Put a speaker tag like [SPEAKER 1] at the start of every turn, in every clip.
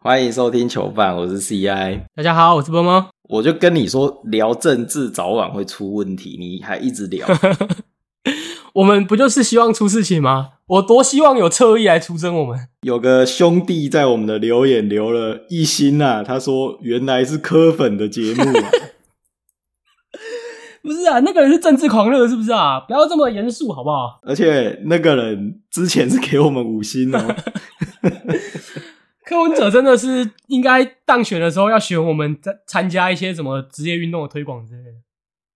[SPEAKER 1] 欢迎收听囚犯，我是 CI。
[SPEAKER 2] 大家好，我是波波。
[SPEAKER 1] 我就跟你说，聊政治早晚会出问题，你还一直聊。
[SPEAKER 2] 我们不就是希望出事情吗？我多希望有侧翼来出征我们。
[SPEAKER 1] 有个兄弟在我们的留言留了一星啊，他说原来是科粉的节目啊、
[SPEAKER 2] 不是啊，那个人是政治狂热，是不是啊？不要这么严肃，好不好？
[SPEAKER 1] 而且那个人之前是给我们五星哦。
[SPEAKER 2] 柯文哲真的是应该当选的时候要选我们参参加一些什么职业运动的推广之类的。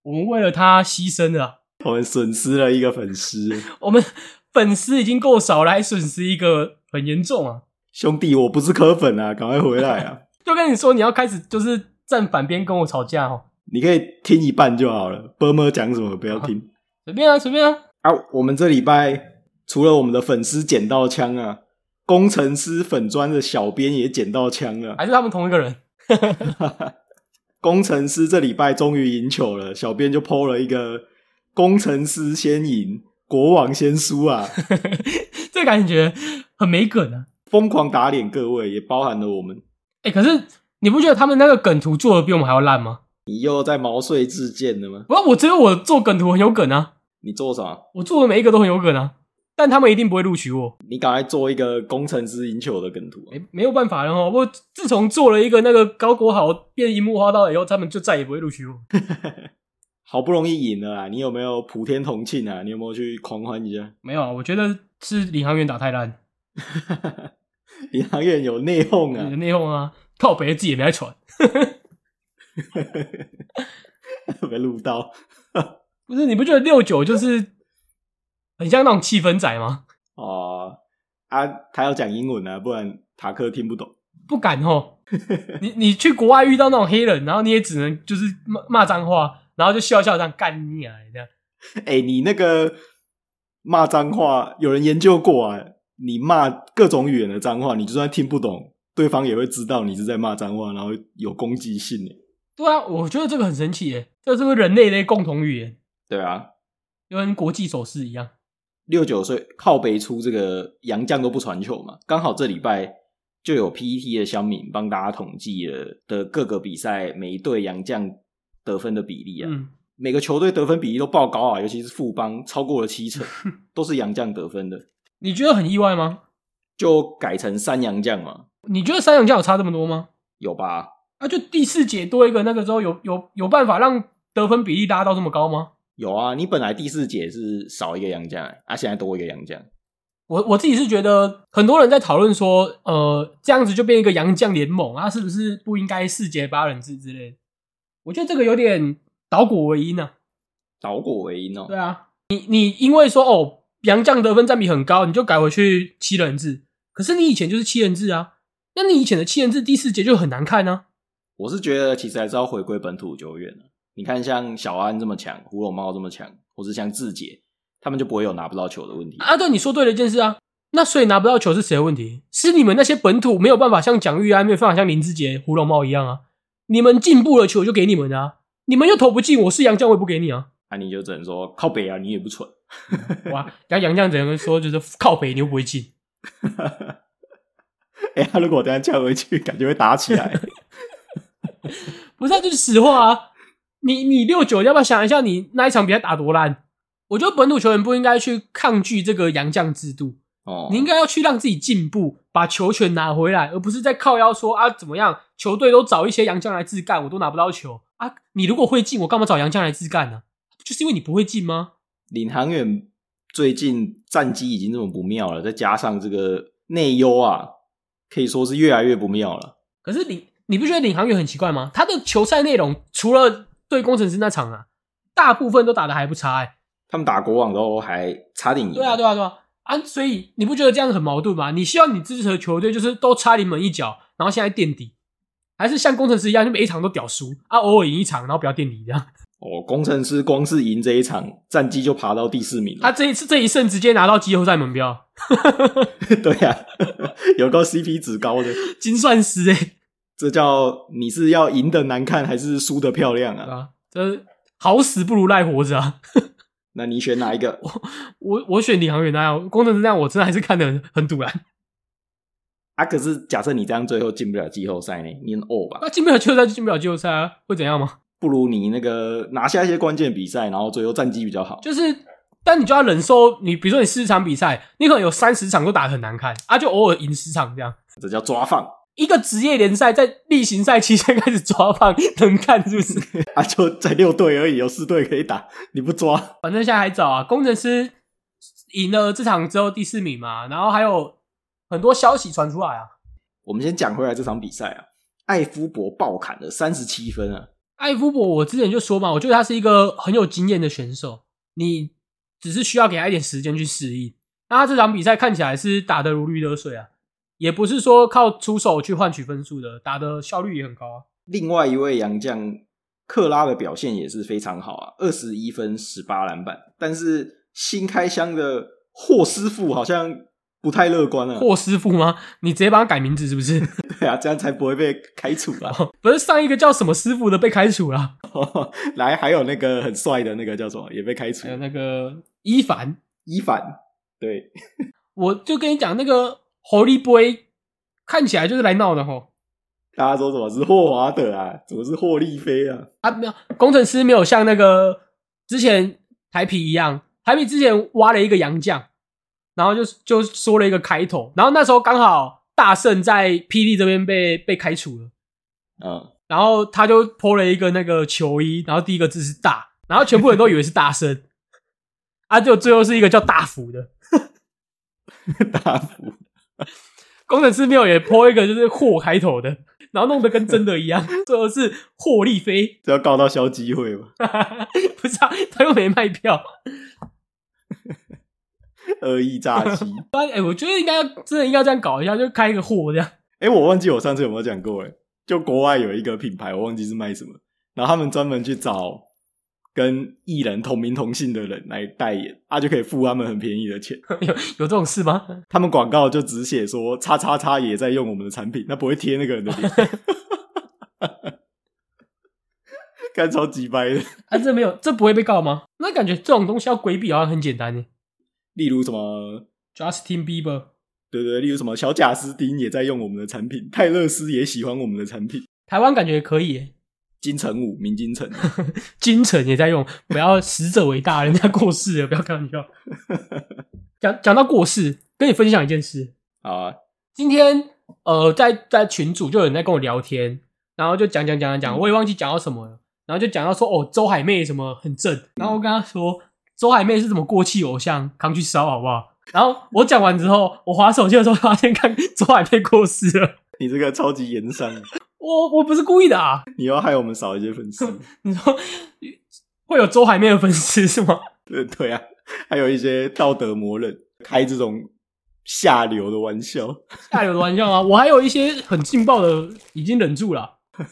[SPEAKER 2] 我们为了他牺牲了啊，
[SPEAKER 1] 我们损失了一个粉丝，
[SPEAKER 2] 我们粉丝已经够少了，还损失一个很严重啊！
[SPEAKER 1] 兄弟，我不是科粉啊，赶快回来啊！
[SPEAKER 2] 就跟你说，你要开始就是站反边跟我吵架哦，
[SPEAKER 1] 你可以听一半就好了，波波讲什么不要听
[SPEAKER 2] 随便啊，随便啊。
[SPEAKER 1] 啊。我们这礼拜除了我们的粉丝捡到枪啊，工程师粉砖的小编也捡到枪了。
[SPEAKER 2] 还是他们同一个人，
[SPEAKER 1] 工程师这礼拜终于赢球了，小编就 PO 了一个工程师先赢，国王先输啊，
[SPEAKER 2] 这感觉很没梗啊。
[SPEAKER 1] 疯狂打脸各位，也包含了我们。
[SPEAKER 2] 哎、可是你不觉得他们那个梗图做的比我们还要烂吗？
[SPEAKER 1] 你又在毛遂自荐了吗？
[SPEAKER 2] 我我只有我做梗图很有梗啊，
[SPEAKER 1] 你做什么？
[SPEAKER 2] 我做的每一个都很有梗啊，但他们一定不会录取我，
[SPEAKER 1] 你赶快做一个工程师赢球的梗图啊、
[SPEAKER 2] 没没有办法了哈。哦我自从做了一个那个高国豪变樱木花道以后，他们就再也不会录取我。
[SPEAKER 1] 好不容易赢了啊！你有没有普天同庆啊？你有没有去狂欢一下？
[SPEAKER 2] 没有啊，我觉得是领航员打太烂，
[SPEAKER 1] 银行员有内讧
[SPEAKER 2] 你的
[SPEAKER 1] 啊！
[SPEAKER 2] 内讧啊，靠北自己也没在传。
[SPEAKER 1] 被录到，
[SPEAKER 2] 不是你不觉得六九就是很像那种气氛仔吗？
[SPEAKER 1] 哦啊，他要讲英文啊，不然塔克听不懂。
[SPEAKER 2] 不敢吼。你你去国外遇到那种黑人，然后你也只能就是骂骂脏话，然后就笑笑这样干你啊这样。
[SPEAKER 1] 哎、你那个骂脏话，有人研究过啊，你骂各种语言的脏话，你就算听不懂，对方也会知道你是在骂脏话，然后有攻击性耶。
[SPEAKER 2] 对啊，我觉得这个很神奇耶，这是不是人类的共同语言，
[SPEAKER 1] 对啊，
[SPEAKER 2] 就跟国际手势一样。
[SPEAKER 1] 六九岁靠北出这个洋将都不传球嘛，刚好这礼拜就有 PET 的乡民帮大家统计了的各个比赛每一队洋将得分的比例啊，
[SPEAKER 2] 嗯，
[SPEAKER 1] 每个球队得分比例都爆高啊，尤其是富邦超过了七 成，都是洋将得分的，
[SPEAKER 2] 你觉得很意外吗？
[SPEAKER 1] 就改成三洋将嘛，
[SPEAKER 2] 你觉得三洋将有差这么多吗？
[SPEAKER 1] 有吧？
[SPEAKER 2] 啊，就第四节多一个那个之后有，有有办法让得分比例拉到这么高吗？
[SPEAKER 1] 有啊，你本来第四节是少一个洋将、欸，啊，现在多一个洋将，
[SPEAKER 2] 我我自己是觉得很多人在讨论说，呃，这样子就变一个洋将联盟啊，是不是不应该四节八人制之类的？我觉得这个有点倒果为因啊。
[SPEAKER 1] 倒果为因哦、
[SPEAKER 2] 对啊，你你因为说哦，洋将得分占比很高，你就改回去七人制。可是你以前就是七人制啊，那你以前的七人制第四节就很难看啊。
[SPEAKER 1] 我是觉得其实还是要回归本土久远了。你看，像小安这么强，胡龙猫这么强，或是像志杰，他们就不会有拿不到球的问题。
[SPEAKER 2] 啊，对，你说对了一件事啊。那所以拿不到球是谁的问题？是你们那些本土没有办法像蒋玉安、没有办法像林志杰、胡龙茂一样啊。你们进步了，球就给你们的啊。你们又投不进，我是杨绛，我也不给你啊。
[SPEAKER 1] 那、你就只能说靠北啊，你也不蠢。
[SPEAKER 2] 哇， 然后杨绛只能说就是靠北，你又不会进。
[SPEAKER 1] 哎、他如果等下叫回去，感觉会打起 来。
[SPEAKER 2] 不是、啊，就是实话啊。你你六九，要不要想一下你那一场比赛打多烂？我觉得本土球员不应该去抗拒这个洋将制度，
[SPEAKER 1] 哦，
[SPEAKER 2] 你应该要去让自己进步，把球权拿回来，而不是在靠腰说啊怎么样，球队都找一些洋将来自干，我都拿不到球啊。你如果会进，我干嘛找洋将来自干呢、就是因为你不会进吗？
[SPEAKER 1] 领航员最近战绩已经这么不妙了，再加上这个内忧啊，可以说是越来越不妙了。
[SPEAKER 2] 可是你你不觉得领航员很奇怪吗？他的球赛内容除了对工程师那场啊，大部分都打的还不差哎、
[SPEAKER 1] 他们打国网都还差点赢。
[SPEAKER 2] 对啊，对啊，对啊，啊，所以你不觉得这样很矛盾吗？你希望你支持的球队就是都差临门一脚，然后现在垫底，还是像工程师一样，就每一场都屌输啊，偶尔赢一场，然后不要垫底这样？
[SPEAKER 1] 哦，工程师光是赢这一场，战绩就爬到第四名了。
[SPEAKER 2] 啊他这一次这一胜直接拿到季后赛门票，
[SPEAKER 1] 对啊，有个 CP 值高的，
[SPEAKER 2] 金算师哎、欸，
[SPEAKER 1] 这叫你是要赢的难看还是输的漂亮
[SPEAKER 2] 对
[SPEAKER 1] 啊？
[SPEAKER 2] 吧？这好死不如赖活着啊！
[SPEAKER 1] 那你选哪一个？
[SPEAKER 2] 啊我我选领航员那样，工程师那样，我真的还是看得很很堵然。
[SPEAKER 1] 啊，可是假设你这样最后进不了季后赛呢，你很呕吧？
[SPEAKER 2] 那啊进不了季后赛就进不了季后赛啊，会怎样吗？
[SPEAKER 1] 不如你那个拿下一些关键比赛，然后最后战绩比较好。
[SPEAKER 2] 就是，但你就要忍受你，比如说你四十场比赛，你可能有三十场都打得很难看啊，就偶尔赢十场这样。
[SPEAKER 1] 这叫抓放
[SPEAKER 2] 一个职业联赛在例行赛期间开始抓 胖，能看是不是？
[SPEAKER 1] 啊！就在六队而已，有四队可以打，你不抓？
[SPEAKER 2] 反正现在还早啊。工程师赢了这场之后第四名嘛，然后还有很多消息传出来啊。
[SPEAKER 1] 我们先讲回来这场比赛啊，艾夫伯爆砍了三十七分啊，
[SPEAKER 2] 艾夫伯，我之前就说嘛，我觉得他是一个很有经验的选手，你只是需要给他一点时间去适应。那他这场比赛看起来是打得如鱼得水啊，也不是说靠出手去换取分数的，打的效率也很高啊。
[SPEAKER 1] 另外一位洋将克拉的表现也是非常好啊，二十一分十八篮板。但是新开箱的霍师傅好像不太乐观了，
[SPEAKER 2] 霍师傅吗？你直接帮他改名字是不 是？哦
[SPEAKER 1] 对啊，这样才不会被开除啊。
[SPEAKER 2] 不是上一个叫什么师傅的被开除了，啊
[SPEAKER 1] 来，还有那个很帅的那个叫什么也被开除
[SPEAKER 2] 还有，那个伊凡，
[SPEAKER 1] 伊凡。对，
[SPEAKER 2] 我就跟你讲，那个 Holy Boy 看起来就是来闹的吼。
[SPEAKER 1] 大家说什么是霍华德啊？怎么是霍利菲啊？
[SPEAKER 2] 啊，没有，工程师没有像那个之前台皮一样，台皮之前挖了一个洋将，然后就就说了一个开头，然后那时候刚好大圣在霹雳这边被被开除了，
[SPEAKER 1] 嗯，
[SPEAKER 2] 然后他就 po 了一个那个球衣，然后第一个字是大，然后全部人都以为是大圣， 啊，就最后是一个叫大福的。
[SPEAKER 1] 大福，
[SPEAKER 2] 工程师没有也 po 一个就是霍开头的， 然后弄得跟真的一样， 最后是霍利菲。
[SPEAKER 1] 这要告到消基会吧？
[SPEAKER 2] 不是啊，他又没卖票。
[SPEAKER 1] 恶意诈欺。
[SPEAKER 2] 哎、我觉得应该要真的应该这样搞一下，就开一个货这样。
[SPEAKER 1] 哎、我忘记我上次有没有讲过、欸，就国外有一个品牌，我忘记是卖什么，然后他们专门去找跟艺人同名同姓的人来代言，啊，就可以付他们很便宜的钱。
[SPEAKER 2] 有有这种事 吗？
[SPEAKER 1] 他们广告就只写说“叉叉叉”也在用我们的产品，那不会贴那个人的脸， 干超级掰的。
[SPEAKER 2] 啊，这没有，这不会被告吗？那感觉这种东西要规避好像很简单呢。
[SPEAKER 1] 例如什么，
[SPEAKER 2] Justin Bieber，
[SPEAKER 1] 对对，例如什么小贾斯汀也在用我们的产品，泰勒斯也喜欢我们的产品，
[SPEAKER 2] 台湾感觉也可以耶，
[SPEAKER 1] 金城武、明金城。
[SPEAKER 2] 金城也在用，不要死者为大，人家过世了，不要开玩笑。讲讲到过世，跟你分享一件事，
[SPEAKER 1] 好啊，
[SPEAKER 2] 今天呃，在在群组就有人在跟我聊天，然后就讲讲讲讲讲，我也忘记讲到什么了，然后就讲到说哦，周海媚什么很正，然后我跟他说周海媚是怎么过气偶像，扛去烧好不好？然后我讲完之后，我划手机的时候发现看周海媚过世了，
[SPEAKER 1] 你这个超级严商，啊
[SPEAKER 2] 我我不是故意的啊，
[SPEAKER 1] 你要害我们少一些粉丝。
[SPEAKER 2] 你说会有周海媚的粉丝是吗？
[SPEAKER 1] 对对啊，还有一些道德魔人开这种下流的玩笑
[SPEAKER 2] 下流的玩笑啊，我还有一些很劲爆的已经忍住了啊，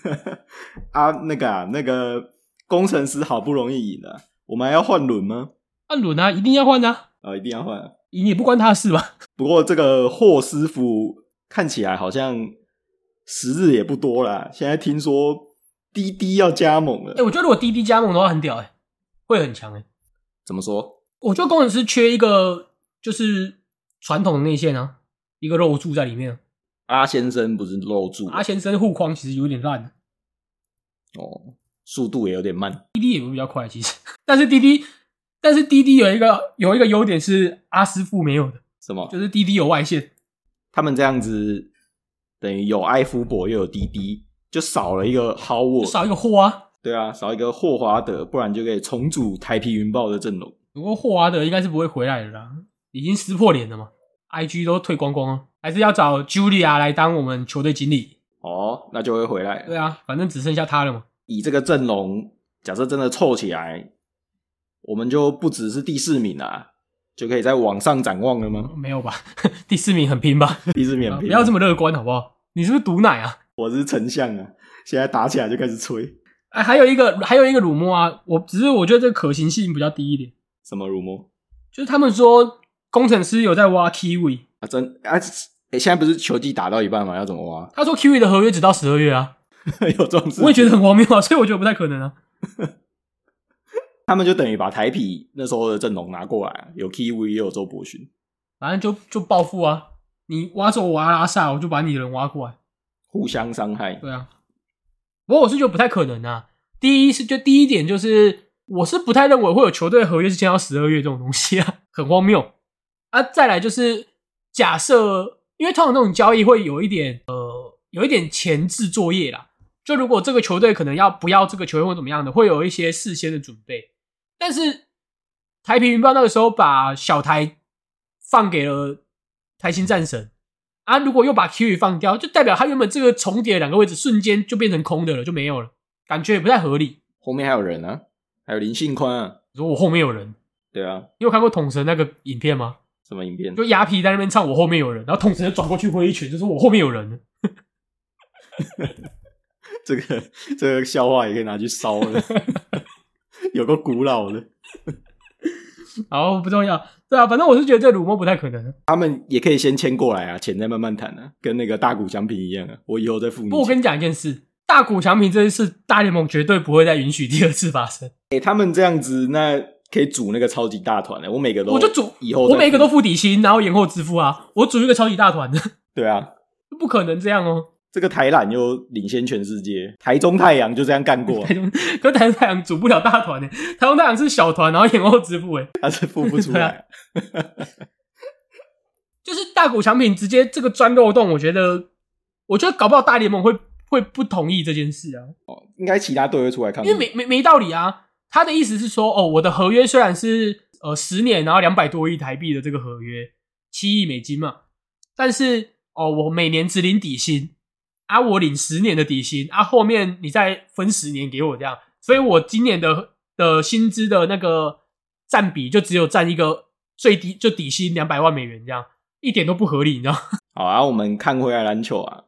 [SPEAKER 1] 啊，那个啊，那个工程师好不容易赢了、我们还要换轮吗？
[SPEAKER 2] 按轮啊，一定要换的、啊，
[SPEAKER 1] 啊、一定要换、啊。
[SPEAKER 2] 赢也不关他的事吧？
[SPEAKER 1] 不过这个霍师傅看起来好像时日也不多啦，现在听说滴滴要加盟了
[SPEAKER 2] 哎、，我觉得如果滴滴加盟的话很屌哎、会很强哎、
[SPEAKER 1] 怎么说？
[SPEAKER 2] 我觉得工程师缺一个就是传统的内线啊，一个肉柱在里面啊。
[SPEAKER 1] 阿先生不是漏住
[SPEAKER 2] 阿先生护框其实有点烂，
[SPEAKER 1] 哦，速度也有点慢。
[SPEAKER 2] 滴滴也比较快其实，但是滴滴，但是滴滴有一个有一个优点是阿师傅没有的，
[SPEAKER 1] 什么？
[SPEAKER 2] 就是滴滴有外线。
[SPEAKER 1] 他们这样子等于有艾夫伯又有滴滴，就少了一个 Howard，
[SPEAKER 2] 就少一个霍啊。
[SPEAKER 1] 对啊，少一个霍华德，不然就可以重组台皮云豹的阵容。
[SPEAKER 2] 不过霍华德应该是不会回来的啦，已经撕破脸了嘛，IG 都退光光了，还是要找 Julia 来当我们球队经理。
[SPEAKER 1] 哦，那就会回来了。
[SPEAKER 2] 对啊，反正只剩下他了嘛。
[SPEAKER 1] 以这个阵容，假设真的凑起来，我们就不只是第四名啊，就可以再往上展望了 吗？
[SPEAKER 2] 没有吧？第四名很拼吧？
[SPEAKER 1] 第四名
[SPEAKER 2] 啊
[SPEAKER 1] 很
[SPEAKER 2] 不
[SPEAKER 1] 拼
[SPEAKER 2] 要这么乐观好不好？你是不是毒奶啊？
[SPEAKER 1] 我是丞相啊，现在打起来就开始吹
[SPEAKER 2] 啊，还有一个还有一个辱没啊，我只是我觉得这个可行性比较低一点，
[SPEAKER 1] 什么辱没
[SPEAKER 2] 就是他们说工程师有在挖 Kiwi，
[SPEAKER 1] 啊，真啊、诶现在不是球季打到一半吗？要怎么挖？
[SPEAKER 2] 他说 Kiwi 的合约只到十二月啊，
[SPEAKER 1] 有这种事
[SPEAKER 2] 我也觉得很荒谬啊， 所以我觉得不太可能啊。
[SPEAKER 1] 他们就等于把台匹那时候的阵容拿过来，有 Kiwi 也有周伯勋，
[SPEAKER 2] 反正就就报复啊，你挖走我阿拉萨，我就把你的人挖过来。
[SPEAKER 1] 互相伤害。
[SPEAKER 2] 对啊，不过我是觉得不太可能啊。第一是就第一点就是，我是不太认为会有球队合约是签到十二月这种东西啊， 很荒谬啊。再来就是假设，因为通常这种交易会有一点呃，有一点前置作业啦。就如果这个球队可能要不要这个球员或怎么样的，会有一些事先的准备。但是台啤云豹那个时候把小台放给了台新战神，啊，如果又把 Q 放掉，就代表他原本这个重叠的两个位置瞬间就变成空的了，就没有了，感觉也不太合理。
[SPEAKER 1] 后面还有人啊，还有林信宽啊，
[SPEAKER 2] 如果我后面有人，
[SPEAKER 1] 对啊，
[SPEAKER 2] 你有看过统神那个影片吗？
[SPEAKER 1] 什么影片？
[SPEAKER 2] 就牙皮在那边唱我后面有人，然后统神就转过去挥一拳，就说我后面有人。
[SPEAKER 1] 这个这个笑话也可以拿去烧了， 有个古老的，
[SPEAKER 2] 好，不重要，对啊，反正我是觉得这鲁默不太可能。
[SPEAKER 1] 他们也可以先签过来啊，钱再慢慢谈啊，跟那个大股奖品一样啊，我以后再付你
[SPEAKER 2] 不过我
[SPEAKER 1] 钱。
[SPEAKER 2] 跟你讲一件事，大谷翔平这件事，大联盟绝对不会再允许第二次发生。
[SPEAKER 1] 哎、他们这样子，那可以组那个超级大团的、欸我每个都
[SPEAKER 2] 我就组
[SPEAKER 1] 以后再付
[SPEAKER 2] 我每个都付底薪，然后延后支付啊，我组一个超级大团的，
[SPEAKER 1] 对啊。
[SPEAKER 2] 不可能这样哦。
[SPEAKER 1] 这个台篮又领先全世界，台中太阳就这样干 过、啊
[SPEAKER 2] 台，中，可是台中太阳组不了大团呢、欸台中太阳是小团，然后延后支欸付诶、
[SPEAKER 1] 他是付不出来啊。
[SPEAKER 2] 就是大股产品直接这个钻漏洞，我觉得，我觉得搞不好大联盟会会不同意这件事啊，
[SPEAKER 1] 应该其他队会出来抗议
[SPEAKER 2] 因为，没没没道理啊。他的意思是说，哦，我的合约虽然是呃十年，然后两百多亿台币的这个合约，七亿美金嘛，但是哦，我每年只领底薪，啊，我领十年的底薪，啊，后面你再分十年给我这样，所以我今年的的薪资的那个占比就只有占一个最低就底薪两百万美元这样，一点都不合理，你知道吗。
[SPEAKER 1] 好啊，我们看回来篮球啊，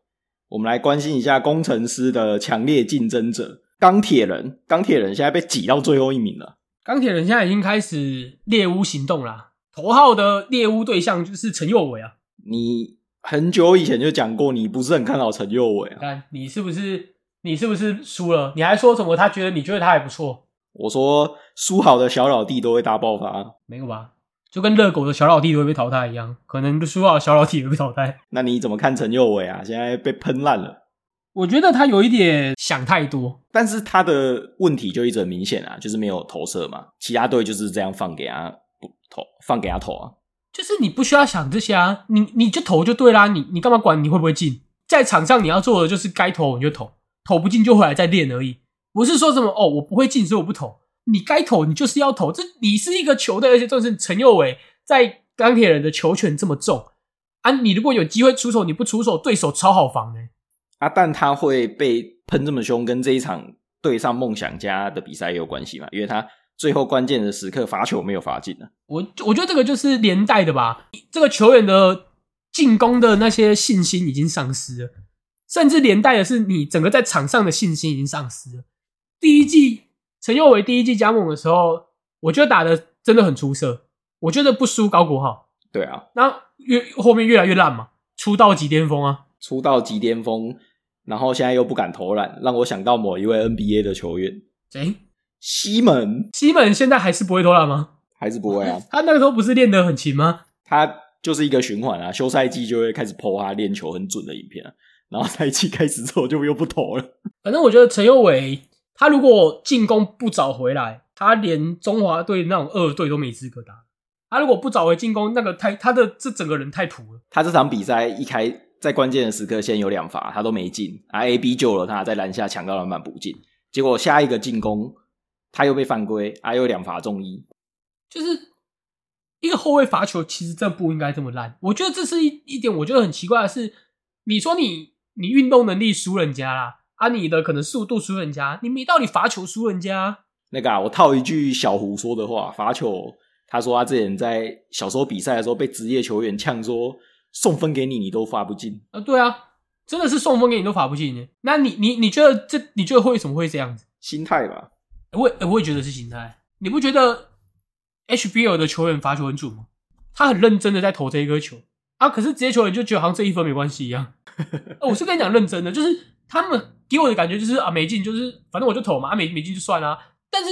[SPEAKER 1] 我们来关心一下工程师的强烈竞争者钢铁人。钢铁人现在被挤到最后一名了，
[SPEAKER 2] 钢铁人现在已经开始猎巫行动啦，头号的猎巫对象就是陈佑伟啊。
[SPEAKER 1] 你。很久以前就讲过，你不是很看好陈佑伟啊？
[SPEAKER 2] 看你是不是你是不是输了？你还说什么？他觉得你觉得他还不错，
[SPEAKER 1] 我说输好的小老弟都会大爆发，
[SPEAKER 2] 没有吧？就跟热狗的小老弟都会被淘汰一样，可能输到小老弟也会被淘汰。
[SPEAKER 1] 那你怎么看陈佑伟啊？现在被喷烂了，
[SPEAKER 2] 我觉得他有一点想太多，
[SPEAKER 1] 但是他的问题就一直很明显啊，就是没有投射嘛。其他队就是这样放给他不投，放给他投啊。
[SPEAKER 2] 就是你不需要想这些啊，你你就投就对啦，你你干嘛管你会不会进？在场上你要做的就是该投你就投，投不进就回来再练而已。不是说什么哦，我不会进，所以我不投。你该投，你就是要投。这你是一个球队，而且正是陈佑伟在钢铁人的球权这么重啊！你如果有机会出手，你不出手，对手超好防的、
[SPEAKER 1] 啊，但他会被喷这么凶，跟这一场对上梦想家的比赛也有关系嘛？因为他最后关键的时刻罚球没有罚进啊。
[SPEAKER 2] 我我觉得这个就是连带的吧，这个球员的进攻的那些信心已经丧失了，甚至连带的是你整个在场上的信心已经丧失了。第一季陈佑伟第一季加盟的时候，我觉得打的真的很出色，我觉得不输高国浩，
[SPEAKER 1] 对啊，
[SPEAKER 2] 那越后面越来越烂嘛，出道即巅峰啊，
[SPEAKER 1] 出道即巅峰，然后现在又不敢投篮，让我想到某一位 NBA 的球员
[SPEAKER 2] 谁？
[SPEAKER 1] 西蒙，
[SPEAKER 2] 西门现在还是不会投篮吗？
[SPEAKER 1] 还是不会啊，
[SPEAKER 2] 他那个时候不是练得很勤吗？
[SPEAKER 1] 他就是一个循环啊，休赛季就会开始剖他练球很准的影片啊，然后赛季开始之后就又不投了。
[SPEAKER 2] 反正我觉得陈佑伟他如果进攻不找回来，他连中华队那种二队都没资格打。他如果不找回进攻，那个太他的这整个人太土了。
[SPEAKER 1] 他这场比赛一开在关键的时刻先有两罚，他都没进，啊 A B 救了他，在篮下抢到篮板补进，结果下一个进攻他又被犯规，啊又两罚中一，
[SPEAKER 2] 就是一个后卫罚球，其实真的不应该这么烂。我觉得这是一一点，我觉得很奇怪的是，你说你你运动能力输人家啦，啊你的可能速度输人家，你没道理罚球输人家啊。
[SPEAKER 1] 那个啊，我套一句小胡说的话，罚球，他说他啊之前在小时候比赛的时候被职业球员呛说送分给你你都罚不进，
[SPEAKER 2] 啊对啊，真的是送风给你都罚不进耶。那你你你觉得这你觉得会怎么会这样子？
[SPEAKER 1] 心态吧，
[SPEAKER 2] 我也我也觉得是心态。你不觉得 HBL 的球员罚球很准吗？他很认真的在投这一颗球啊，可是职业球员就觉得好像这一分没关系一样、 呃我是跟你讲认真的，就是他们给我的感觉就是啊没进，就是反正我就投嘛，啊没没进就算啦、但是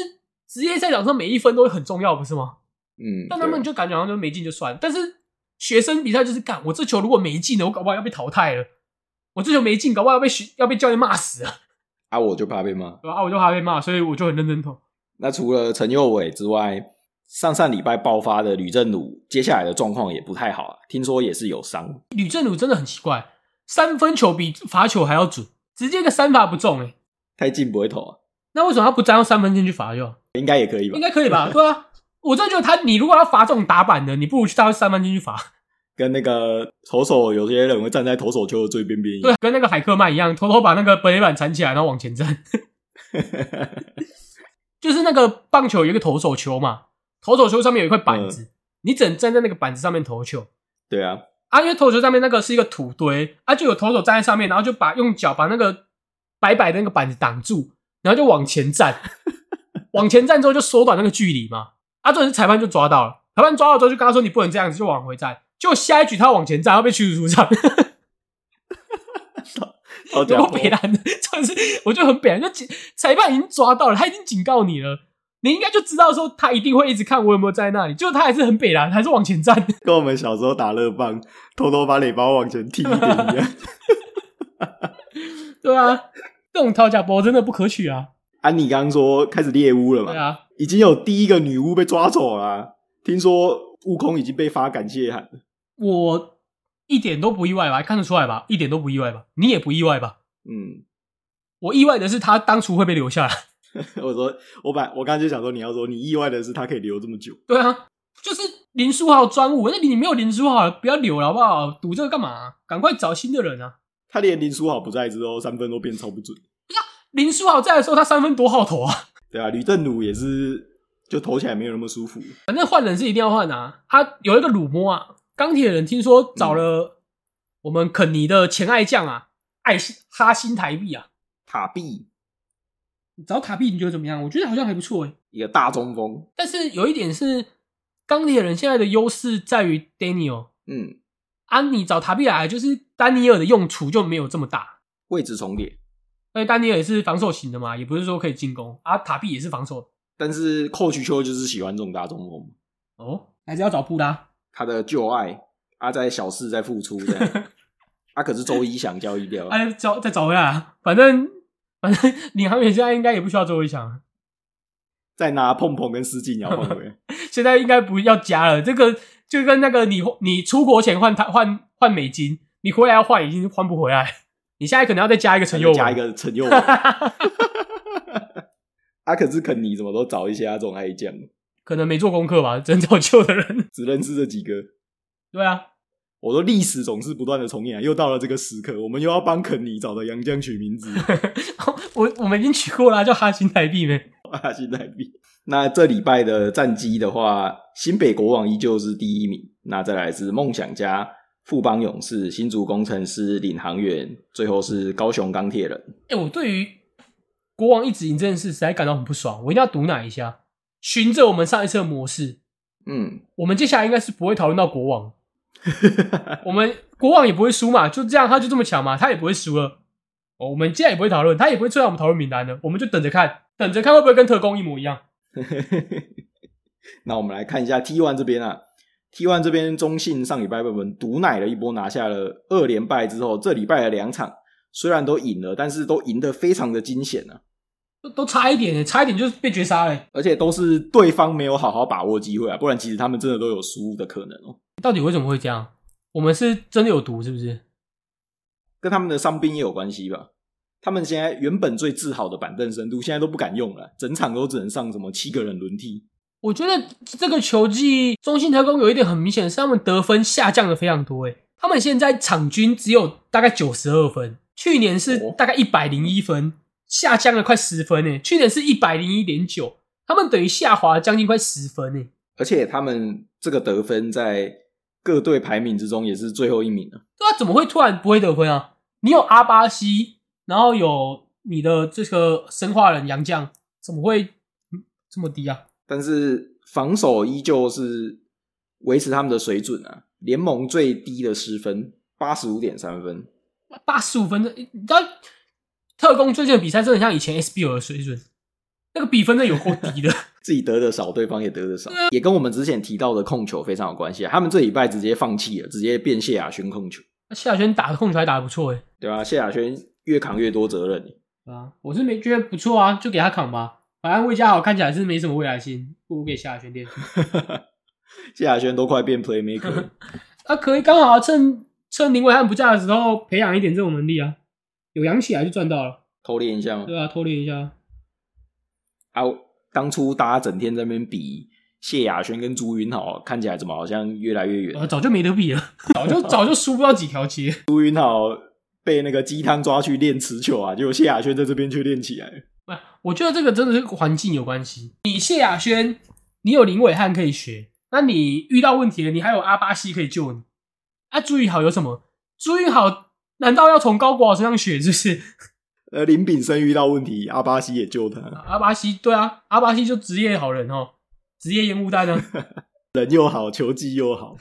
[SPEAKER 2] 职业赛场上每一分都很重要，不是吗？
[SPEAKER 1] 嗯，
[SPEAKER 2] 但他们
[SPEAKER 1] 对
[SPEAKER 2] 就感觉好像就没进就算，但是学生比赛就是干，我这球如果没进呢，我搞不好要被淘汰了。我这球没进，搞不好要被学要被教练骂死啊，
[SPEAKER 1] 啊，我就怕被骂。
[SPEAKER 2] 对吧？啊，我就怕被骂，所以我就很认真投。
[SPEAKER 1] 那除了陈佑伟之外，上上礼拜爆发的吕正儒，接下来的状况也不太好啊，听说也是有伤。
[SPEAKER 2] 吕正儒真的很奇怪，三分球比罚球还要准，直接一个三罚不中诶、欸
[SPEAKER 1] 太近不会投啊，
[SPEAKER 2] 那为什么他不占用三分线去罚就好？
[SPEAKER 1] 应该也可以吧
[SPEAKER 2] 应？该可以吧？对啊，我真的觉得他，你如果要罚这种打板的，你不如去他三分线去罚。
[SPEAKER 1] 跟那个投手有些人会站在投手球的最边边一
[SPEAKER 2] 对
[SPEAKER 1] 样。
[SPEAKER 2] 啊，跟那个海克曼一样，偷偷把那个本垒板缠起来，然后往前站。就是那个棒球有一个投手球嘛，投手球上面有一块板子，你只能站在那个板子上面投球。
[SPEAKER 1] 对啊，
[SPEAKER 2] 啊，因为投球上面那个是一个土堆，啊，就有投手站在上面，然后就把用脚把那个白白的那个板子挡住，然后就往前站，往前站之后就缩短那个距离嘛。啊，这是裁判就抓到了，裁判抓到之后就跟他说你不能这样子，就往回站。就下一局他往前站，他被驱逐出场，
[SPEAKER 1] 好家
[SPEAKER 2] 然
[SPEAKER 1] 伙
[SPEAKER 2] 后， 北兰的，就是我就很北兰，就警裁判已经抓到了，他已经警告你了，你应该就知道说他一定会一直看我有没有在那里，就他还是很北兰，还是往前站。
[SPEAKER 1] 跟我们小时候打乐棒，偷偷把垒包往前踢一点一 样。
[SPEAKER 2] 对啊，这种讨价包真的不可取啊。
[SPEAKER 1] 安妮刚刚说开始猎巫了嘛？
[SPEAKER 2] 对啊，
[SPEAKER 1] 已经有第一个女巫被抓走了啊、听说悟空已经被发感谢函了。
[SPEAKER 2] 我一点都不意外吧？看得出来吧？一点都不意外吧？你也不意外吧？
[SPEAKER 1] 嗯，
[SPEAKER 2] 我意外的是他当初会被留下来。
[SPEAKER 1] 我说我本来我刚刚就想说你要说你意外的是他可以留这么久，
[SPEAKER 2] 对啊，就是林书豪专武，那你没有林书豪，不要留了好不好？赌这个干嘛、啊赶快找新的人啊！
[SPEAKER 1] 他连林书豪不在之后三分都变超不准。
[SPEAKER 2] 林书豪在的时候，他三分多好投啊！
[SPEAKER 1] 对啊，吕正儒也是就投起来没有那么舒服。
[SPEAKER 2] 反正换人是一定要换啊。他有一个鲁摸啊，钢铁人听说找了我们肯尼的前爱将啊，爱心哈辛台币啊，
[SPEAKER 1] 塔壁
[SPEAKER 2] 找塔币你觉得怎么样？我觉得好像还不错欸诶、
[SPEAKER 1] 一个大中锋，
[SPEAKER 2] 但是有一点是，钢铁人现在的优势在于 Daniel。
[SPEAKER 1] 嗯，
[SPEAKER 2] 安妮找塔比来，就是丹尼尔的用处就没有这么大，
[SPEAKER 1] 位置重叠，
[SPEAKER 2] 而且丹尼尔也是防守型的嘛，也不是说可以进攻啊。塔比也是防守的
[SPEAKER 1] 但是寇曲秋就是喜欢这种大中锋，
[SPEAKER 2] 哦，还是要找布拉。
[SPEAKER 1] 他的旧爱啊，在小四在复出这 样，啊，可是周一想交易掉了，
[SPEAKER 2] 哎，找再找回来啊，反正反正领航员现在应该也不需要周一翔，
[SPEAKER 1] 再拿碰碰跟施晋尧换回来。
[SPEAKER 2] 现在应该不要加了。这个就跟那个你你出国前换他换换美金，你回来要换已经换不回来，你现在可能要再加一个陈佑文
[SPEAKER 1] 加一。个陈佑 文。啊，可是肯尼怎么都找一些啊这种爱将，
[SPEAKER 2] 可能没做功课吧，只能找旧的人。
[SPEAKER 1] 只认识这几个。
[SPEAKER 2] 对啊，
[SPEAKER 1] 我说历史总是不断的重演啊、又到了这个时刻，我们又要帮肯尼找的洋将取名字，
[SPEAKER 2] 我我们已经取过了，叫哈辛台币没？
[SPEAKER 1] 啊，新台币。那这礼拜的战绩的话，新北国王依旧是第一名，那再来是梦想家、富邦勇士、新竹工程师、领航员，最后是高雄钢铁人。
[SPEAKER 2] 哎、我对于国王一直赢这件事实在感到很不爽，我一定要毒奶一下。循着我们上一次的模式，
[SPEAKER 1] 嗯，
[SPEAKER 2] 我们接下来应该是不会讨论到国 王，我们国王也不会输嘛，就这样，他就这么强嘛，他也不会输了。哦，我们接下来也不会讨论，他也不会出来我们讨论名单的，我们就等着看，等着看会不会跟特工一模一样。
[SPEAKER 1] 那我们来看一下 T1 这边啊，T1 这边中信上礼拜被我们毒奶了一波，拿下了二连败之后，这礼拜的两场虽然都赢了，但是都赢得非常的惊险啊，
[SPEAKER 2] 都都差一点耶，差一点就被绝杀了耶。
[SPEAKER 1] 而且都是对方没有好好把握机会啊，不然其实他们真的都有输的可能哦、
[SPEAKER 2] 到底为什么会这样？我们是真的有毒是不是？
[SPEAKER 1] 跟他们的伤兵也有关系吧。他们现在原本最自豪的板凳深度，现在都不敢用了，整场都只能上什么七个人轮替。
[SPEAKER 2] 我觉得这个球季中信特工有一点很明显，是他们得分下降的非常多。诶，欸他们现在场均只有大概九十二分，去年是
[SPEAKER 1] 哦
[SPEAKER 2] 大概一百零一分，下降了快十分诶。去年是一百零一点九，他们等于下滑了将近快十分欸诶。
[SPEAKER 1] 而且他们这个得分在各队排名之中也是最后一名了。
[SPEAKER 2] 对啊，怎么会突然不会得分啊？你有阿巴西，然后有你的这个生化人杨将，怎么会嗯这么低啊？
[SPEAKER 1] 但是防守依旧是维持他们的水准啊，联盟最低的失分八十五点三分，
[SPEAKER 2] 八十五分的，你知道特工最近的比赛真的很像以前 SBL 的水准，那个比分真的有够低的。
[SPEAKER 1] 自己得的少，对方也得的少，也跟我们之前提到的控球非常有关系啊。他们这礼拜直接放弃了，直接变谢亚轩控球，
[SPEAKER 2] 夏轩打控球还打得不错哎、
[SPEAKER 1] 对吧、谢亚轩越扛越多责任，
[SPEAKER 2] 啊，我是没觉得不错啊，就给他扛吧。反正魏家豪看起来是没什么未来性，不如给夏轩练。
[SPEAKER 1] 谢亚轩都快变 playmaker 了。
[SPEAKER 2] 啊，可以刚好趁趁林伟汉不在的时候培养一点这种能力啊，有养起来就赚到了，
[SPEAKER 1] 偷练一下嘛。
[SPEAKER 2] 对吧、偷练一下，
[SPEAKER 1] 啊，当初大家整天在那边比谢亚轩跟朱云豪，看起来怎么好像越来越
[SPEAKER 2] 啊，
[SPEAKER 1] 远？
[SPEAKER 2] 早就没得比了，早就早就输不到几条街。
[SPEAKER 1] 朱云豪被那个鸡汤抓去练持球啊，结果谢亚轩在这边却练起来了。
[SPEAKER 2] 不，我觉得这个真的是环境有关系。你谢亚轩，你有林伟汉可以学，那你遇到问题了，你还有阿巴西可以救你。啊，朱云好有什么？朱云好难道要从高国豪身上学？是不是？
[SPEAKER 1] 呃，林炳生遇到问题，阿巴西也救他，
[SPEAKER 2] 阿巴西对啊，阿巴西就职业好人哦，职业烟雾弹啊。
[SPEAKER 1] 人又好，球技又好。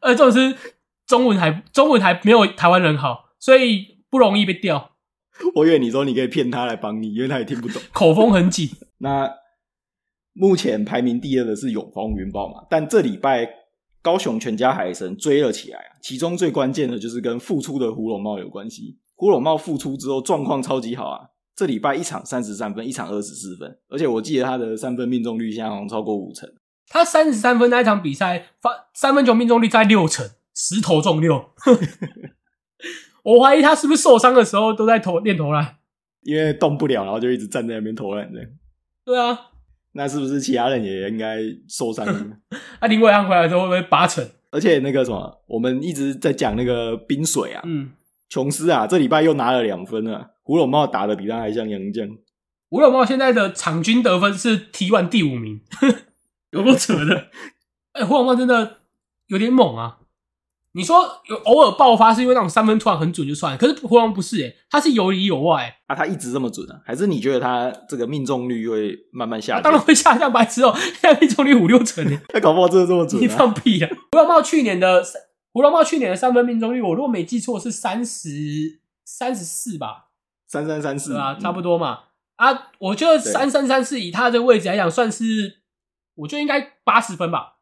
[SPEAKER 2] 呃，这种是中文还中文还没有台湾人好，所以不容易被调，
[SPEAKER 1] 我以为你说你可以骗他来帮你，因为他也听不懂。
[SPEAKER 2] 口风很紧。
[SPEAKER 1] 那目前排名第二的是永丰云豹嘛，但这礼拜高雄全家海神追了起来啊，其中最关键的就是跟复出的胡龙茂有关系。胡龙茂复出之后状况超级好啊，这礼拜一场三十三分，一场二十四分，而且我记得他的三分命中率现在好像超过五成，
[SPEAKER 2] 他三十三分那一场比赛发三分球命中率在六成，十投中 六。我怀疑他是不是受伤的时候都在投练投篮？
[SPEAKER 1] 因为动不了，然后就一直站在那边投篮这样。
[SPEAKER 2] 对啊，
[SPEAKER 1] 那是不是其他人也应该受伤了？
[SPEAKER 2] 那林伟汉回来的时候会不会八成？
[SPEAKER 1] 而且那个什么，我们一直在讲那个冰水啊，
[SPEAKER 2] 嗯，
[SPEAKER 1] 琼斯啊，这礼拜又拿了两分啊，胡龙茂打的比他还像杨将。
[SPEAKER 2] 吴永茂现在的场均得分是 T 1第五名， 有够扯的。哎、胡永茂真的有点猛啊！你说有偶尔爆发是因为那种三分突然很准就算了，可是胡永茂不是诶、他是有里有外、欸
[SPEAKER 1] 啊，他一直这么准啊？还是你觉得他这个命中率会慢慢下
[SPEAKER 2] 啊当
[SPEAKER 1] 降？
[SPEAKER 2] 然会下降白痴哦、现在命中率五六成、欸，
[SPEAKER 1] 他搞不好真的这么准
[SPEAKER 2] 你
[SPEAKER 1] 啊！
[SPEAKER 2] 放屁啊！胡龙茂去年的三胡龙茂去年的三分命中率，我如果没记错是三十三十四吧，
[SPEAKER 1] 三三三四
[SPEAKER 2] 对吧、
[SPEAKER 1] 嗯
[SPEAKER 2] 差不多嘛。啊，我觉得
[SPEAKER 1] 对
[SPEAKER 2] 三三三四以他这个位置来讲，算是我觉得应该八十分吧，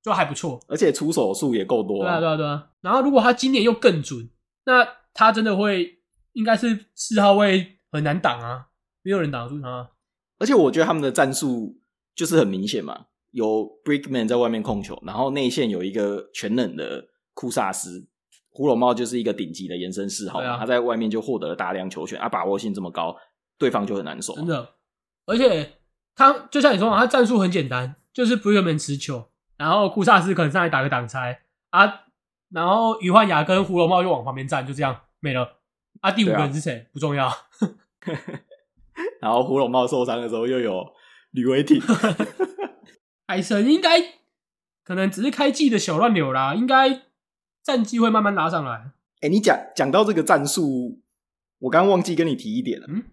[SPEAKER 2] 就还不错。
[SPEAKER 1] 而且出手数也够多、
[SPEAKER 2] 对啊，对啊，对啊。然后如果他今年又更准，那他真的会应该是四号位很难挡啊，没有人挡得住他啊。
[SPEAKER 1] 而且我觉得他们的战术就是很明显嘛，有 Brickman 在外面控球，然后内线有一个全能的库萨斯，胡龙茂就是一个顶级的延伸四号嘛，
[SPEAKER 2] 对啊
[SPEAKER 1] 他在外面就获得了大量球权，啊，把握性这么高，对方就很难守啊。
[SPEAKER 2] 真的。而且他就像你说嘛，他战术很简单，就是 Brickman 持球，然后库萨斯可能上来打个挡拆啊，然后于焕雅跟胡龙茂就往旁边站，就这样没了。啊，第五个
[SPEAKER 1] 对啊
[SPEAKER 2] 人是谁、不重要，
[SPEAKER 1] 然后胡龙茂受伤的时候又有吕伟挺，
[SPEAKER 2] 海神应该可能只是开季的小乱流啦，应该战绩会慢慢拉上来。
[SPEAKER 1] 哎、你讲讲到这个战术，我刚忘记跟你提一点了。
[SPEAKER 2] 嗯，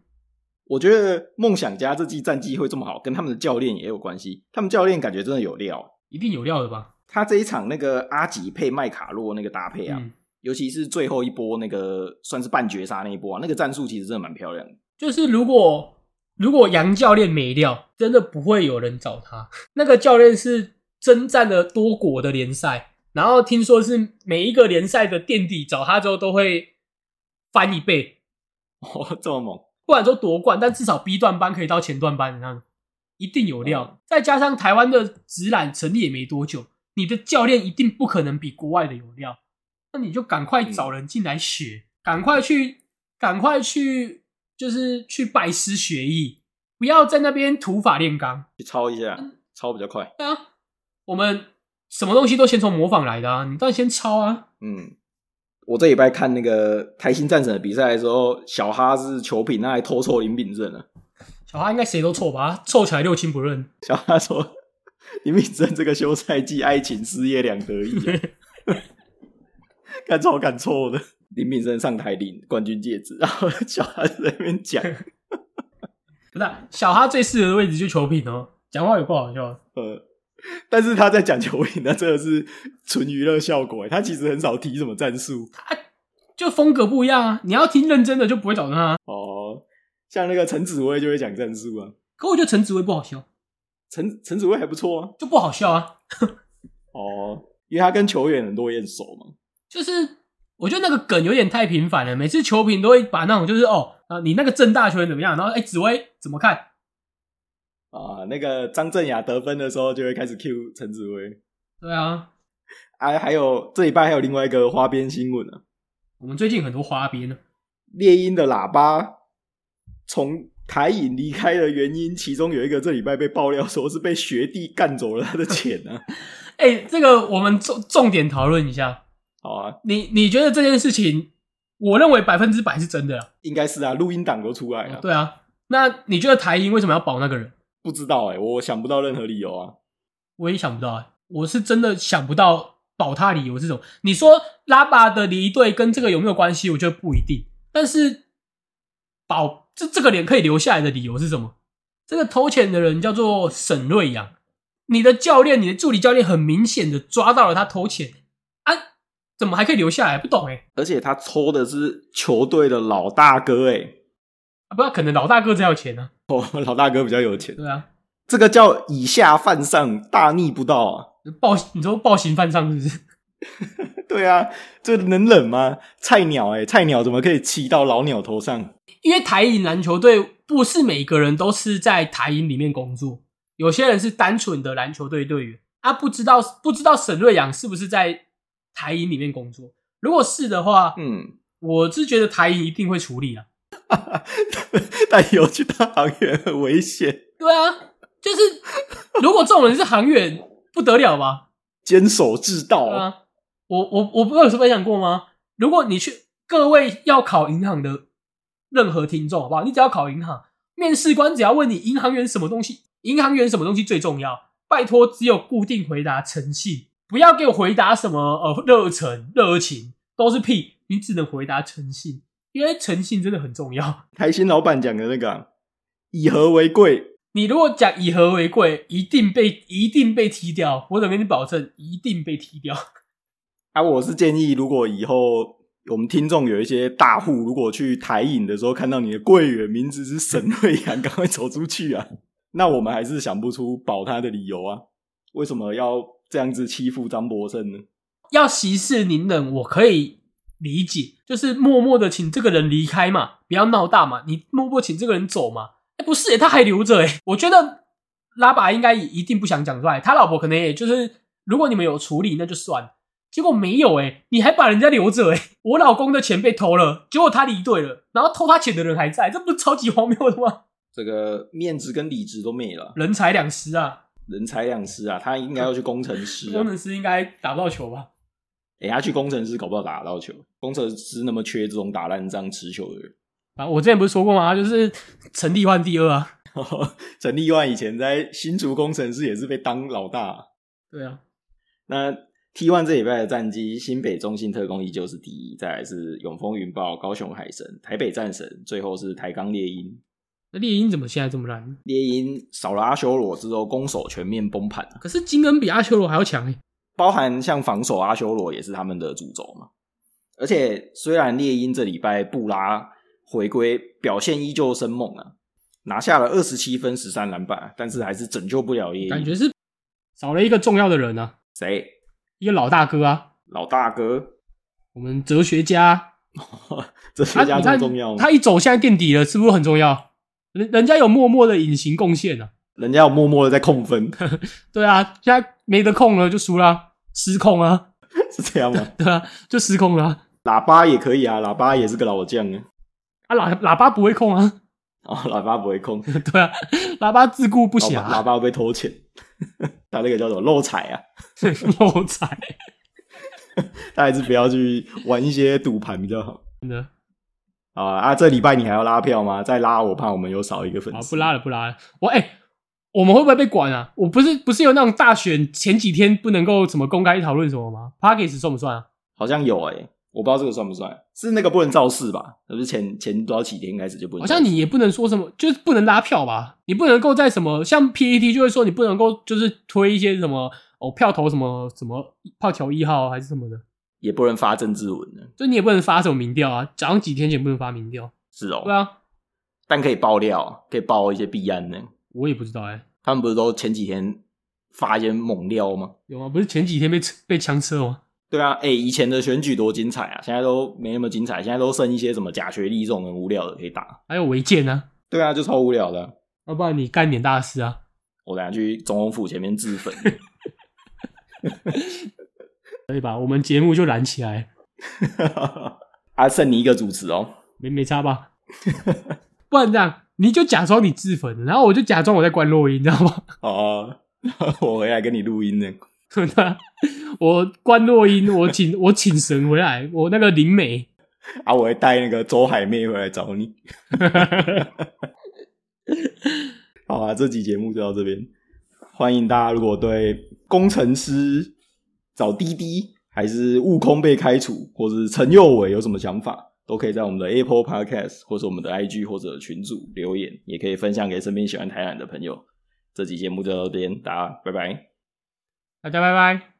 [SPEAKER 1] 我觉得梦想家这季战绩会这么好，跟他们的教练也有关系。他们教练感觉真的有料。
[SPEAKER 2] 一定有料的吧？
[SPEAKER 1] 他这一场那个阿吉配麦卡洛那个搭配啊，
[SPEAKER 2] 嗯，
[SPEAKER 1] 尤其是最后一波那个算是半绝杀那一波啊，那个战术其实真的蛮漂亮的。
[SPEAKER 2] 就是如果如果杨教练没料，真的不会有人找他。 那个教练是征战了多国的联赛，然后听说是每一个联赛的垫底找他之后都会翻一倍，
[SPEAKER 1] 哦，这么猛！
[SPEAKER 2] 不然说夺冠，但至少 B 段班可以到前段班，那一定有料。再加上台湾的直揽成立也没多久，你的教练一定不可能比国外的有料，那你就赶快找人进来学，赶快去，赶快去，就是去拜师学艺，不要在那边土法炼钢。
[SPEAKER 1] 去抄一下，抄比较快。
[SPEAKER 2] 对啊，我们什么东西都先从模仿来的啊，你当然先抄啊。
[SPEAKER 1] 嗯，我这礼拜看那个台新战神的比赛的时候，小哈是球品，那还偷抽林炳正呢、
[SPEAKER 2] 小哈应该谁都错吧，他凑起来六亲不认。
[SPEAKER 1] 小哈说：“林敏正这个休赛季爱情事业两得意、啊， 敢错敢错的。”林敏正上台领冠军戒指，然后小哈在那边讲，
[SPEAKER 2] 不是啊、小哈最适合的位置就球品哦，讲话有够好笑。
[SPEAKER 1] 呃，但是他在讲球员，那真的是纯娱乐效果欸，他其实很少提什么战术
[SPEAKER 2] 就风格不一样啊。你要听认真的，就不会找他。
[SPEAKER 1] 哦。像那个陈子威就会讲战术啊，
[SPEAKER 2] 可我觉得陈子威不好笑，
[SPEAKER 1] 陈陈子威还不错啊。
[SPEAKER 2] 就不好笑啊。
[SPEAKER 1] 哦，因为他跟球员很多也很熟嘛。
[SPEAKER 2] 就是我觉得那个梗有点太频繁了，每次球评都会把那种就是哦啊你那个正大球员怎么样，然后哎紫薇怎么看？
[SPEAKER 1] 啊，那个张镇雅得分的时候就会开始 Q 陈子威。
[SPEAKER 2] 对啊，
[SPEAKER 1] 啊，还有这礼拜还有另外一个花边新闻啊，
[SPEAKER 2] 我们最近很多花边呢，
[SPEAKER 1] 猎鹰的喇叭从台影离开的原因，其中有一个这礼拜被爆料说是被学弟干走了他的钱 啊。
[SPEAKER 2] 哎这个我们重重点讨论一下，
[SPEAKER 1] 好啊，
[SPEAKER 2] 你你觉得这件事情，我认为百分之百是真的啦。
[SPEAKER 1] 应该是啊，录音档都出来了、
[SPEAKER 2] 对啊，那你觉得台银为什么要保那个人？
[SPEAKER 1] 不知道哎、我想不到任何理由啊。
[SPEAKER 2] 我也想不到哎、我是真的想不到保他理由是什么。你说拉巴的离队跟这个有没有关系？我觉得不一定，但是保这这个脸可以留下来的理由是什么？这个投钱的人叫做沈瑞阳，你的教练、你的助理教练很明显的抓到了他投钱啊，怎么还可以留下来？不懂哎、
[SPEAKER 1] 而且他抽的是球队的老大哥哎、
[SPEAKER 2] 啊不可能老大哥才有钱呢、
[SPEAKER 1] 哦，老大哥比较有钱
[SPEAKER 2] 啊，，对啊，
[SPEAKER 1] 这个叫以下犯上，大逆不道啊。
[SPEAKER 2] 暴你说暴行犯上是不是？
[SPEAKER 1] 对啊，这能忍吗？菜鸟哎、菜鸟怎么可以骑到老鸟头上？
[SPEAKER 2] 因为台银篮球队不是每个人都是在台银里面工作，有些人是单纯的篮球队队员，啊，不知道不知道沈瑞阳是不是在台银里面工作。如果是的话，
[SPEAKER 1] 嗯，
[SPEAKER 2] 我是觉得台银一定会处理啊。
[SPEAKER 1] 但有去当航员很危险，
[SPEAKER 2] 对啊，就是如果这种人是航远，不得了吧？
[SPEAKER 1] 坚守至道
[SPEAKER 2] 对啊，我我我不有分享过吗？如果你去各位要考银行的任何听众，好不好？你只要考银行，面试官只要问你银行员什么东西，银行员什么东西最重要，拜托只有固定回答诚信，不要给我回答什么呃热忱、热情，都是屁，你只能回答诚信，因为诚信真的很重要。
[SPEAKER 1] 台新老板讲的那个啊、以和为贵，
[SPEAKER 2] 你如果讲以和为贵，一定被一定被踢掉，我敢跟你保证，一定被踢掉。
[SPEAKER 1] 啊，我是建议，如果以后我们听众有一些大户，如果去台影的时候看到你的贵人名字是沈瑞阳，赶快走出去啊！ 那我们还是想不出保他的理由啊，为什么要这样子欺负张博胜呢？
[SPEAKER 2] 要息事宁人，我可以理解，就是默默的请这个人离开嘛，不要闹大嘛，你默默请这个人走嘛。哎、不是、欸，他还留着哎、我觉得拉巴应该也一定不想讲出来，他老婆可能也就是，如果你们有处理那就算了，结果没有哎、你还把人家留着哎、我老公的钱被偷了，结果他离队了，然后偷他钱的人还在，这不是超级荒谬的吗？
[SPEAKER 1] 这个面子跟理智都没了，
[SPEAKER 2] 人财两失啊，
[SPEAKER 1] 人财两失啊！他应该要去工程师啊
[SPEAKER 2] 工，程师应该打不到球吧？
[SPEAKER 1] 诶、他去工程师搞不好打得到球，工程师那么缺这种打烂仗持球的人。
[SPEAKER 2] 啊，我之前不是说过吗？就是陈立焕第二啊，
[SPEAKER 1] 陈立万以前在新竹工程师也是被当老大。
[SPEAKER 2] 对啊，
[SPEAKER 1] 那 T One 这礼拜的战绩，新北中信特工依旧是第一，再来是永丰云豹、高雄海神、台北战神，最后是台钢猎鹰。
[SPEAKER 2] 那猎鹰怎么现在这么烂？
[SPEAKER 1] 猎鹰少了阿修罗之后，攻守全面崩盘，
[SPEAKER 2] 可是金恩比阿修罗还要强哎、
[SPEAKER 1] 包含像防守阿修罗也是他们的主轴嘛。而且虽然猎鹰这礼拜布拉回归表现依旧生猛啊，拿下了二十七分、十三篮板，但是还是拯救不了猎鹰。
[SPEAKER 2] 感觉是少了一个重要的人啊，
[SPEAKER 1] 谁？
[SPEAKER 2] 一个老大哥啊，
[SPEAKER 1] 老大哥，
[SPEAKER 2] 我们哲学家。
[SPEAKER 1] 这
[SPEAKER 2] 他
[SPEAKER 1] 学家
[SPEAKER 2] 你
[SPEAKER 1] 这么
[SPEAKER 2] 看
[SPEAKER 1] 重要吗？
[SPEAKER 2] 他一走现在垫底了，是不是很重要？人人家有默默的隐形贡献啊，
[SPEAKER 1] 人家有默默的在控分，
[SPEAKER 2] 对啊，现在没得控了就输啦，失控啊，
[SPEAKER 1] 是这样吗？
[SPEAKER 2] 对啊，就失控了啊
[SPEAKER 1] 喇叭也可以啊，喇叭也是个老将啊。
[SPEAKER 2] 啊，喇喇叭不会控啊，
[SPEAKER 1] 哦，喇叭不会控，不
[SPEAKER 2] 对啊，喇叭自顾不暇、
[SPEAKER 1] 喇叭会被偷钱。 他那个叫什么漏彩啊？
[SPEAKER 2] 漏财，
[SPEAKER 1] 他还是不要去玩一些赌盘比较好。
[SPEAKER 2] 真的，
[SPEAKER 1] 好啊，啊这礼拜你还要拉票吗？再拉我怕我们又少一个粉
[SPEAKER 2] 好
[SPEAKER 1] 丝。
[SPEAKER 2] 哦不拉了不拉了，我哎、我们会不会被管啊？我不是不是有那种大选前几天不能够怎么公开讨论什么吗 p a c k a g e 算不算啊？
[SPEAKER 1] 好像有哎、我不知道这个算不算，是那个不能造势吧？那不是前前多少几天开始就不能
[SPEAKER 2] 好
[SPEAKER 1] 造势？
[SPEAKER 2] 像你也不能说什么，就是不能拉票吧？你不能够在什么像 PET 就会说你不能够就是推一些什么哦票投什么什么票投一号啊还是什么的，
[SPEAKER 1] 也不能发政治文了，
[SPEAKER 2] 就你也不能发什么民调啊，早上几天前不能发民调，
[SPEAKER 1] 是哦。
[SPEAKER 2] 对啊，
[SPEAKER 1] 但可以爆料，可以爆一些弊案呢。
[SPEAKER 2] 我也不知道哎、
[SPEAKER 1] 他们不是都前几天发一些猛料吗？
[SPEAKER 2] 有吗？不是前几天被被枪车吗？
[SPEAKER 1] 对啊，哎、以前的选举多精彩啊，现在都没那么精彩，现在都剩一些什么假学历这种很无聊的可以打。
[SPEAKER 2] 还有违建啊，
[SPEAKER 1] 对啊，就超无聊的啊。
[SPEAKER 2] 要不然你干点大事啊？
[SPEAKER 1] 我等下去总统府前面自 焚。
[SPEAKER 2] 可以吧？我们节目就燃起来，
[SPEAKER 1] 啊，剩你一个主持哦。
[SPEAKER 2] 没没差吧？不然这样，你就假装你自焚，然后我就假装我在关录音，你知道吗？
[SPEAKER 1] 哦， 我回来跟你录音呢。
[SPEAKER 2] 对啊我关录音，我请我请神回来，我那个灵媒，
[SPEAKER 1] 啊，我会带那个周海媚回来找你。好啊，这期节目就到这边。欢迎大家，如果对工程师找滴滴，还是悟空被开除，或是陈佑伟有什么想法，都可以在我们的 Apple Podcast 或是我们的 IG 或者群组留言，也可以分享给身边喜欢台南的朋友。这期节目就到这边，大家拜拜。
[SPEAKER 2] 大家拜拜。